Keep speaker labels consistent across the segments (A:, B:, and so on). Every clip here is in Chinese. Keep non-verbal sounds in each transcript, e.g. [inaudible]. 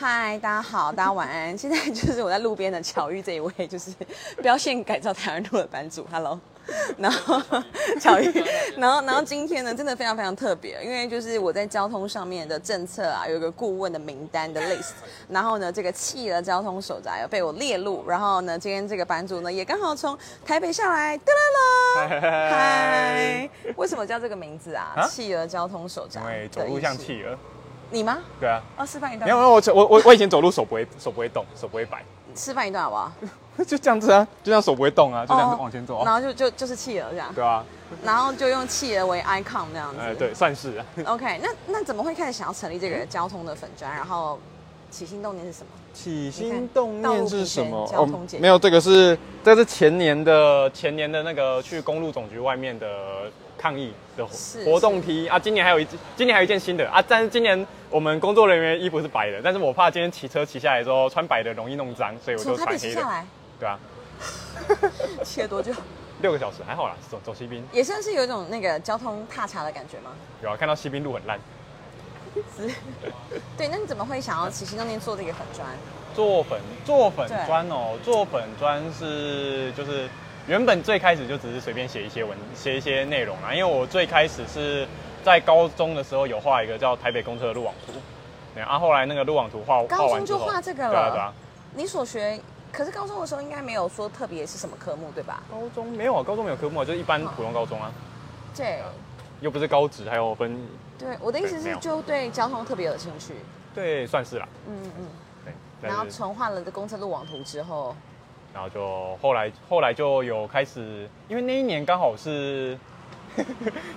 A: 嗨，大家好，大家晚安。现在就是我在路边的巧遇这一位，就是标线改造台湾路的版主，Hello。然 [laughs] 后巧遇，然后然后今天呢，真的非常非常特别，因为就是我在交通上面的政策啊，有一个顾问的名单的 list，然后呢，这个气的交通手札有被我列入，然后呢，今天这个版主呢也刚好从台北下来，得啦啦，嗨
B: 嗨，
A: 为什么叫这个名字啊？
B: 啊
A: 企鹅交通手札
B: 因
A: 的意思，
B: 为走路像企鹅。
A: 你吗？
B: 对啊，
A: 哦，示范一
B: 没有
A: 段
B: 没，有，我我我我以前走路手不会手不会动，手不会摆， [laughs]
A: 示范一段好不好？
B: 就这样子啊，就这样手不会动啊，就这样子
A: 哦
B: 往前走
A: 然后
B: 啊。
A: 就就就是企鹅这样，
B: 对啊，
A: 然后就用企鹅为 icon 这样子。
B: 哎对，算是啊。
A: OK，那那怎么会开始想要成立这个交通的粉砖？然后起心动念是什么？
B: [laughs] 起心动念是什么？哦
A: 道路平权交通解决
B: 没有，这个是这是前年的前年的那个去公路总局外面的抗议的活
A: 是
B: 活动梯啊。今年还有一今年还有一件新的啊，但是今年我们工作人员衣服是白的，但是我怕今天骑车骑下来之后穿白的容易弄脏，所以我
A: 从
B: 就
A: 台北
B: 穿
A: 骑
B: 黑
A: 下
B: 的。
A: 来，
B: 对啊，
A: 骑了多久？ [laughs]
B: 六个小时还好啦，走走西滨
A: 也算是有一种那个交通踏查的感觉吗？
B: 有啊，看到西滨路很烂。
A: 对，那你怎么会想要起心动念做这个粉砖？
B: 做粉做粉
A: 对
B: 砖哦，做粉砖是就是原本最开始就只是随便写一些文写一些内容啦，因为我最开始是在高中的时候有画一个叫台北公车的路网图，对啊，后来那个路网图画
A: 高
B: 画完
A: 中
B: 之
A: 就
B: 后，
A: 画这个
B: 对啊
A: 了
B: 对啊，
A: 你所学，可是高中的时候应该没有说特别是什么科目对吧？
B: 高中没有啊，高中没有科目啊，就是一般普通高中啊，
A: 对，
B: 又不是高职，还有分
A: 对，我的意思
B: 对没
A: 是
B: 有
A: 就对交通特别有兴趣。
B: 对算是啦，
A: 嗯嗯。
B: 对，但
A: 然后
B: 是
A: 从画了的公车路网图之后，
B: 然后就后来后来就有开始，因为那一年刚好是 [laughs]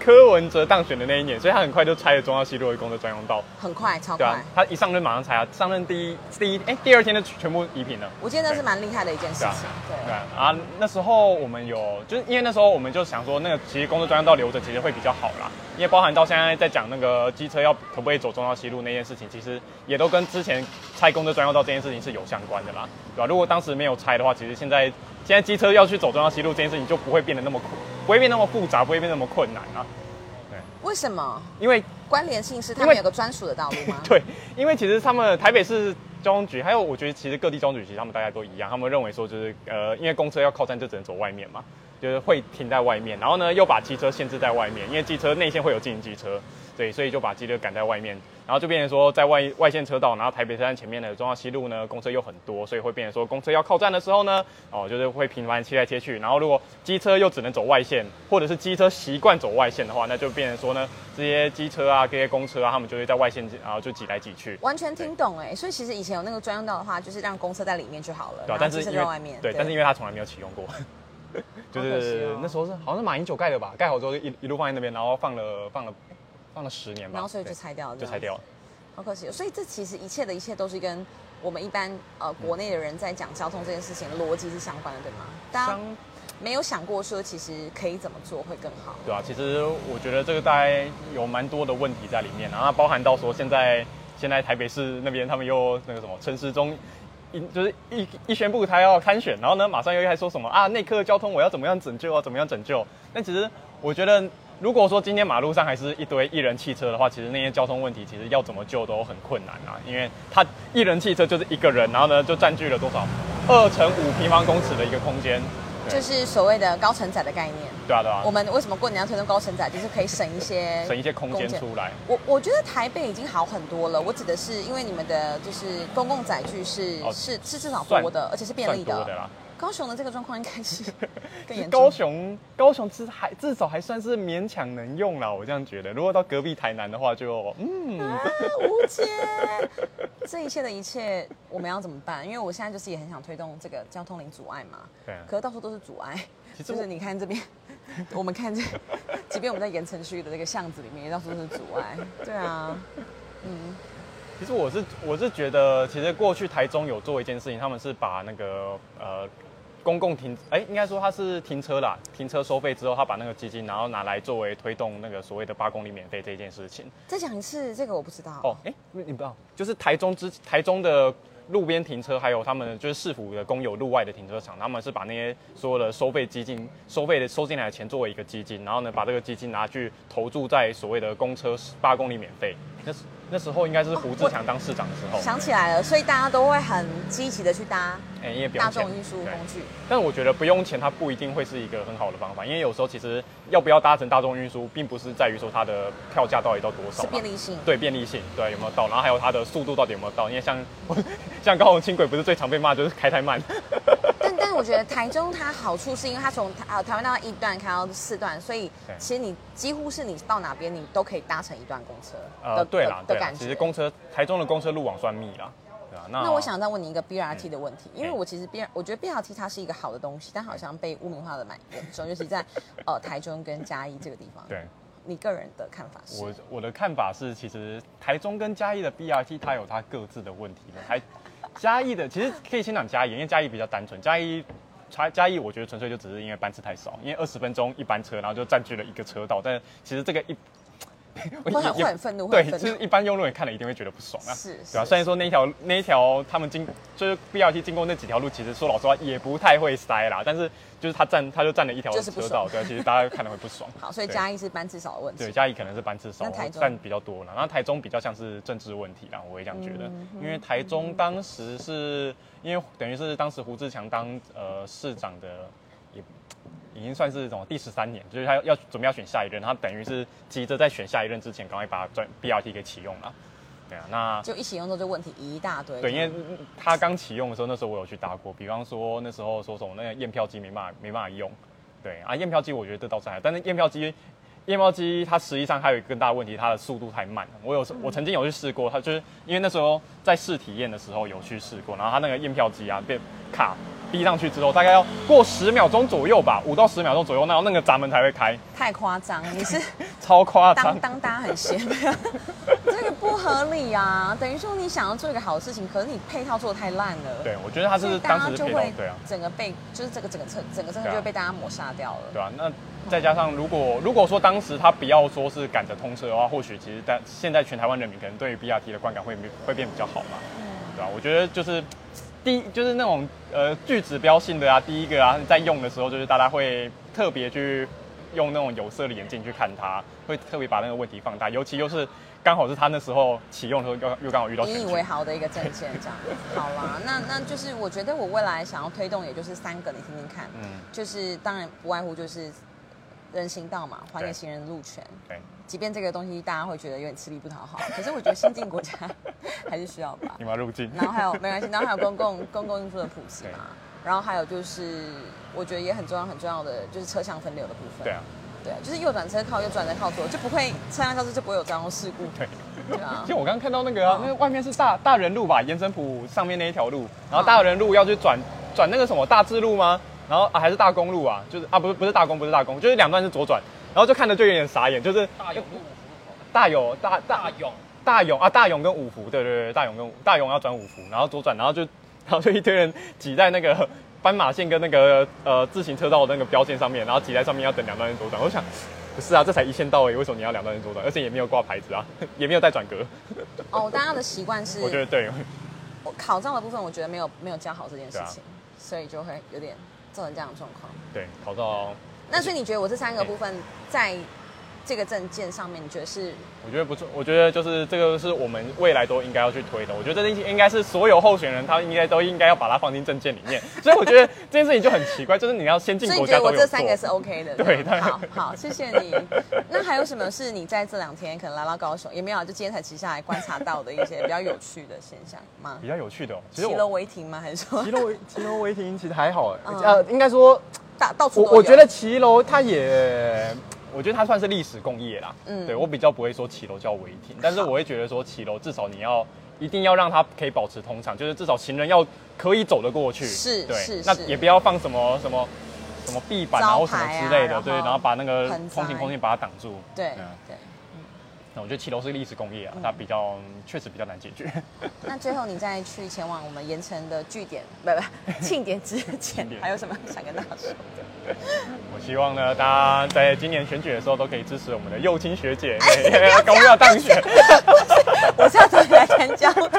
B: 柯文哲当选的那一年，所以他很快就拆了中央西路的公车专用道。
A: 很快，超
B: 对
A: 快。
B: 啊，他一上任马上拆啊，上任第一第一哎、第二天就全部移平了。
A: 我记得那是蛮厉害的一件事
B: 对啊
A: 情。，
B: 对
A: 对，
B: 啊，啊那时候我们有，就是因为那时候我们就想说，那个其实公车专用道留着其实会比较好啦，因为包含到现在在讲那个机车要可不可以走中央西路那件事情，其实也都跟之前拆公车专用道这件事情是有相关的啦，对吧、如果当时没有拆的话，其实现在现在机车要去走中央西路这件事情就不会变得那么苦，不会变那么复杂，不会变那么困难啊，
A: 为什么
B: 因为
A: 关联性是他
B: 因
A: 们
B: 为？
A: 有个专属的道路吗
B: 对，因为其实他们台北市交通局，还有我觉得其实各地交通局，其实他们大家都一样，他们认为说就是呃，因为公车要靠站就只能走外面嘛，就是会停在外面，然后呢又把机车限制在外面，因为机车内线会有进行机车，对，所以就把机车赶在外面，然后就变成说在外外线车道，然后台北车站前面的中央西路呢，公车又很多，所以会变成说公车要靠站的时候呢，哦就是会频繁切来切去，然后如果机车又只能走外线，或者是机车习惯走外线的话，那就哦变成说呢，这些机车啊，这些公车啊，啊他们就会在外线然后就挤来挤去。
A: [laughs] 完全听懂哎，所以其实以前有那个专用道的话，就是让公车在里面就好了，
B: 对、
A: 然
B: 啊，
A: 后
B: 但
A: 汽
B: 是
A: 车
B: 因
A: 在
B: 为
A: 外面。
B: 对，但是因为他从来没有启用
A: [laughs]
B: 过，就
A: 好可惜
B: 是、
A: 哦
B: 那时候是好像是马英九盖的吧，盖好之后就一一路放在那边，然后放了放了放了十年吧，
A: 然后所以就
B: 对
A: 拆掉了，
B: 就拆掉了。
A: 好可惜哦。所以这其实一切的一切都是跟我们一般呃国内的人在讲交通这件事情的逻辑是相关的，对吗？大家
B: 相
A: 没有想过说其实可以怎么做会更好。
B: 对啊，其实我觉得这个大概有蛮多的问题在里面，然后包含到说现在现在台北市那边他们又那个什么陈时中。一就是一一宣布他要参选，然后呢，马上又还说什么啊，内科交通我要怎么样拯救啊，怎么样拯救？那其实我觉得，如果说今天马路上还是一堆一人汽车的话，其实那些交通问题其实要怎么救都很困难啊，因为他一人汽车就是一个人，然后呢就占据了多少二乘五平方公尺的一个空间，对
A: 就是所谓的高承载的概念，
B: 对啊对啊
A: 我，们为什么过年要推动高承载，就是可以省一些
B: 省一些空间出来。
A: 我我觉得台北已经好很多了。我指的是，因为你们的就是公共载具是、
B: 哦
A: 是是至少
B: 算
A: 多的，而且是便
B: 算
A: 利
B: 多
A: 的。
B: 的啦，
A: 高雄的这个状况应该
B: [laughs]
A: 是更严重。
B: 高雄，高雄至还至少还算是勉强能用啦，我这样觉得。如果到隔壁台南的话就，嗯，
A: 啊，吴姐，这一切的一切，我们要怎么办？因为我现在就是也很想推动这个交通零阻碍嘛，
B: 对啊
A: 可是到处都是阻碍。
B: 其实
A: 就
B: 我
A: 是你看这边， [laughs] 我们看这，即便我们在盐城区的这个巷子里面，也到处都是阻碍。对啊，
B: 其实我是我是觉得，其实过去台中有做一件事情，他们是把那个呃公共停，哎、应该说它是停车啦，停车收费之后，他把那个基金，然后拿来作为推动那个所谓的八公里免费这件事情。
A: 再讲一次，这个我不知道。
B: 哦，哎、你你不知道，就是台中之台中的路边停车，还有他们就是市府的公有路外的停车场，他们是把那些所有的收费基金、收费的收进来的钱作为一个基金，然后呢，把这个基金拿去投注在所谓的公车八公里免费，那是那时候应该是胡志强当市长的时候，
A: 想起来了，所以大家都会很积极的去搭
B: 哎、因为不用
A: 大
B: 钱
A: 众运输工
B: 对
A: 具。
B: 但我觉得不用钱，它不一定会是一个很好的方法，因为有时候其实要不要搭乘大众运输，并不是在于说它的票价到底到多
A: 是
B: 少啊嘛，
A: 便利性。
B: 对便利性，对有没有到，然后还有它的速度到底有没有到，因为像 [laughs] 像高雄轻轨不是最常被骂就是开太慢，
A: 但但我觉得台中它好处是因为它从台呃台湾到一段开到四段，所以
B: 对
A: 其实你几乎是你到哪边你都可以搭乘一段公车的、
B: 呃，对啦
A: 的，
B: 对
A: 的
B: 啦，
A: 感
B: 其实
A: 觉。
B: 公车台中的公车路网算密啦，对啊，那
A: 那我想再问你一个 BRT 的问题，因为
B: 嗯
A: 我其实 B，我觉得 BRT 它是一个好的东西，但好像被污名化的蛮严重，尤其在呃台中跟嘉义这个地方。
B: 对。
A: 你个人的看法是？
B: 我我的看法是，其实台中跟嘉义的 BRT 它有它各自的问题的。台嘉义的其实可以先讲嘉义，因为嘉义比较单纯。嘉义嘉嘉义，我觉得纯粹就只是因为班次太少，因为二十分钟一班车，然后就占据了一个车道。但其实这个一 [laughs] 我
A: 会很
B: 也
A: 会很愤怒会
B: 对
A: 很，愤怒
B: 就是一般用路人看了一定会觉得不爽啊。
A: 是
B: 对啊，
A: 是
B: 虽然说那一条那一条他们经就是 BRT 经过那几条路，其实说老实话也不太会塞啦，但是就是他占他就占了一条
A: 就是不
B: 车
A: 爽
B: 道，对啊，其实大家看了会
A: [laughs]
B: 不爽。
A: 好，所以
B: 对
A: 嘉义是班次少的问题。
B: 对，嘉义可能是班次少
A: 那台，中
B: 但比较多啦。然后台中比较像是政治问题啦，我也这样觉得，
A: 嗯
B: 因为台中当时是因为等于是当时胡志强当呃市长的也。已经算是什么第十三年，就是他要要准备要选下一任，他等于是急着在选下一任之前，赶快把转 BRT 给启用了。对啊，那
A: 就一起用之后就问题一大堆。
B: 对，因为他刚启用的时候，那时候我有去搭过，比方说那时候说什么那个验票机没办法没办法用，对啊，验票机我觉得这倒是还好，但是验票机验票机它实际上还有一个更大的问题，它的速度太慢了。我有
A: 嗯
B: 时我曾经有去试过，它就是因为那时候在试体验的时候有去试过，然后它那个验票机啊被卡逼上去之后，大概要过十秒钟左右吧，五到十秒钟左右，然后那个闸门才会开，
A: 太夸张，你
B: [laughs]
A: 是
B: 超夸
A: 当。
B: 张
A: 当大家很闲， [laughs] 这个不合理啊！等于说你想要做一个好事情，可是你配套做的太烂了。
B: 对，我觉得它
A: 所
B: 是
A: 以大
B: 当
A: 家就
B: 时是配套
A: 会
B: 对啊。
A: 整个被就是这个整个政整个政策就
B: 对
A: 会
B: 啊
A: 被大家抹杀掉了。
B: 对啊，那再加上如果如果说当时他不要说是赶着通车的话，或许其实但现在全台湾人民可能对于 BRT 的观感会会变比较好嘛，
A: 嗯
B: 对吧、啊？我觉得就是第一就是那种呃具指标性的啊，第一个啊，在用的时候就是大家会特别去用那种有色的眼镜去看它，会特别把那个问题放大，尤其又是刚好是他那时候启用的时候又又刚好遇到选
A: 引以
B: 举，
A: 为豪的一个政见，这
B: [laughs]
A: 样子。好啦，那那就是我觉得我未来想要推动，也就是三个，你听听看。
B: 嗯，
A: 就是当然不外乎就是人行道嘛，还给
B: 对
A: 行人路权。
B: 对。
A: 即便这个东西大家会觉得有点吃力不讨好，可是我觉得新进国家 [laughs] 还是需要吧。
B: 你们要入境，
A: 然后还有没关系，然后还有公共公共运输的普及嘛，然后还有就是我觉得也很重要很重要的就是车厢分流的部分。
B: [laughs] 对啊，
A: 对啊，就是右转车靠右转车靠左，就不会车辆消失就不会有交通事故。
B: 对。
A: 对啊
B: [laughs] 其，实我刚刚看到那个、啊
A: 嗯，
B: 那个外面是大大人路吧，延伸埔上面那一条路，然后大人路要去转转那个什么大智路吗？然后啊还是大公路啊，就是啊不是不是大公不是大公，就是两段是左转，然后就看着就有点傻眼，就是
C: 大勇路，
B: 大有大
C: 大
B: 大
C: 勇，
B: 大勇啊大勇跟五福，对对对，大勇跟五大勇要转五福，然后左转，然后就 [laughs] 然后就一堆人挤在那个 [laughs] 斑马线跟那个呃自行车道的那个标线上面，然后挤在上面要等两段人左转，我想。不是啊，这才一线到位，为什么你要两段人左转？而且也没有挂牌子啊， [laughs] 也没有带转格。
A: 哦，大家的习惯是，
B: 我觉得对， [laughs]
A: 我考照的部分我觉得没有没有教好这件事
B: 对啊
A: 情，所以就会有点造成这样的状况。
B: 对，考到，
A: 那所以你觉得我这三个部分在这个证件上面，你觉得是
B: 我觉得不错，我觉得就是这个是我们未来都应该要去推的。我觉得这应应该是所有候选人，他应该都应该要把它放进证件里面。 [laughs] 所以我觉得这件事情就很奇怪，就是你要先进
A: 所以
B: 国
A: 你觉
B: 家
A: 得
B: 都
A: 我
B: 有
A: 这
B: 做
A: 三。
B: [laughs]
A: 个是 OK 的？
B: 对
A: 吧
B: 当然
A: 好好，谢谢你。 [laughs] 那还有什么是你在这两天可能来到高雄，也没有啊，就今天才骑下来观察到的一些比较有趣的现象吗
B: 比？较有趣的、哦，其
A: 骑
B: 实
A: 楼
B: 我
A: 违停吗？还是说
B: 骑楼骑楼违停其实还好，
A: 嗯
B: 呃，应该说
A: 大到处
B: 我
A: 都有
B: 我觉得骑楼它也，我觉得它算是历史共业啦。
A: 嗯
B: 嗯，对我比较不会说骑楼叫违停，但是我会觉得说骑楼至少你要一定要让它可以保持通畅，就是至少行人要可以走得过去。
A: 是
B: 对，
A: 是
B: 那
A: 是
B: 也不要放什么什么什么地板啊
A: 招
B: 或什么
A: 牌啊
B: 之类
A: 然
B: 的，
A: 后
B: 对，然后把那个
A: 盆栽
B: 通行空间把它挡住。
A: 对
B: 嗯
A: 对。
B: 那我觉得骑楼是历史共
A: 嗯
B: 业啊，它比较确实比较难解决。 [laughs]
A: 那最后你在去前往我们盐城的据点，不不，庆典之前
B: 庆，典
A: 还有什么想跟大家说？
B: 我希望呢，大家在今年选举的时候都可以支持我们的幼青学姐，因为
A: 哎
B: [laughs] 刚要当选。
A: [laughs] 我下次来谈交通，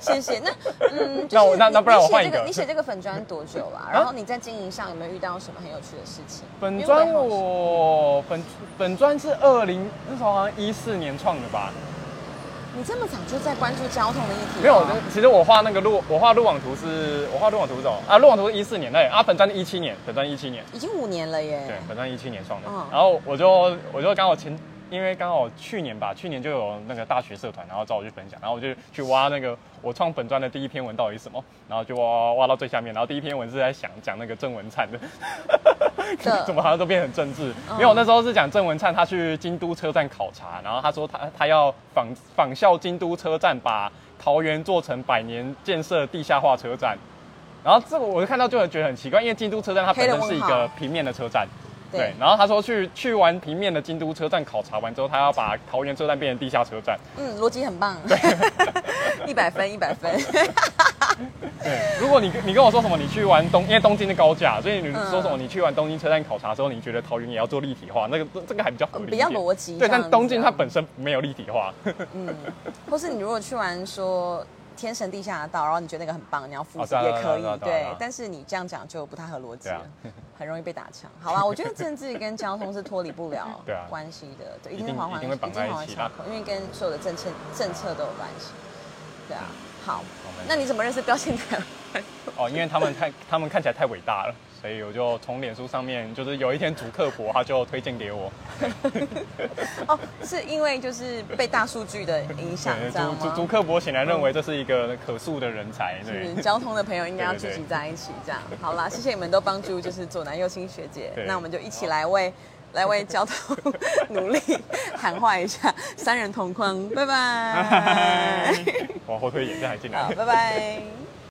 A: 谢谢。那嗯，就是
B: 那我那
A: 你
B: 那不然
A: 你
B: 我
A: 写
B: 换
A: 这
B: 一个啊
A: 你写这个粉砖多久啦？然后你在经营上有没有遇到什么很有趣的事情？
B: 本
A: 因为
B: 专
A: 也好奇
B: 我本本专是二零那时候好像一四年创的吧，
A: 你这么早就在关注交通的议题？
B: 没有，其实我画那个路，我画路网图是，我画路网图是什么啊？路网图是一四年，对，啊，粉砖一七年，粉砖一七年，
A: 已经五年了耶。
B: 对，粉砖一七年创的。
A: 嗯
B: 然后我就我就刚好前，因为刚好去年吧，去年就有那个大学社团，然后找我去分享，然后我就去挖那个我创粉砖的第一篇文到底是什么， [laughs] 然后就挖挖到最下面，然后第一篇文是在想讲那个郑文
A: [laughs]
B: 灿的，
A: 这
B: [laughs] 怎么好像都变很政治？
A: 嗯
B: 因为我那时候是讲郑文灿他去京都车站考察，然后他说他他要仿仿效京都车站，把桃园做成百年建设地下化车站。然后这个我就看到就很觉得很奇怪，因为京都车站它本身是一
A: 黑人问
B: 个
A: 号
B: 平面的车站，
A: 对
B: 对。然后他说去去完平面的京都车站考察完之后，他要把桃园车站变成地下车站。
A: 嗯，逻辑很棒。 [laughs] 一百分，一百
B: [laughs]
A: 分。
B: 对，如果你你跟我说什么，你去玩东，因为东京是高架，所以你
A: 嗯
B: 说什么，你去完东京车站考察之后，你觉得桃园也要做立体化，那个这这个还比较合理一点，
A: 呃比较逻辑
B: 对，
A: 这样
B: 但
A: 子
B: 东京它本身没有立体化，
A: 嗯，或是你如果去玩说天神地下道，然后你觉得那个很棒，你要复制
B: 啊对啊
A: 也可
B: 对啊
A: 以，
B: 对啊对啊对啊
A: 对。但是你这样讲就不太合逻辑
B: 对啊
A: 了，很容易被打
B: [laughs]
A: 枪。好啦，我觉得政治跟交通是脱离不了
B: 对啊
A: 关系的，对，一
B: 一
A: 定
B: 定
A: 环环
B: 一定会绑在
A: 环环
B: 一起
A: 相
B: 啦
A: 扣，因为跟所有的政策政策都有关系。对啊，好
B: 我们，
A: 那你怎么认识标线台？
B: 哦，因为他们太他们看起来太伟大了，所以我就从脸书上面，就是有一天主客博他就推荐给我，
A: [laughs] 哦，是因为就是被大数据的影响，
B: 对，
A: 这样
B: 主
A: 吗？
B: 主主客博显然认为这是一个可塑的人才，对 [laughs]
A: [laughs] 是。交通的朋友应该要
B: 对
A: 聚
B: 对对
A: 集在一起，这样。好啦，谢谢你们都帮助，就是左南右青学姐
B: 对，
A: 那我们就一起来为来为交通努力喊话一下，
B: [laughs]
A: 三人同框，拜拜。
B: 我后退眼镜还进来
A: 好，。拜拜。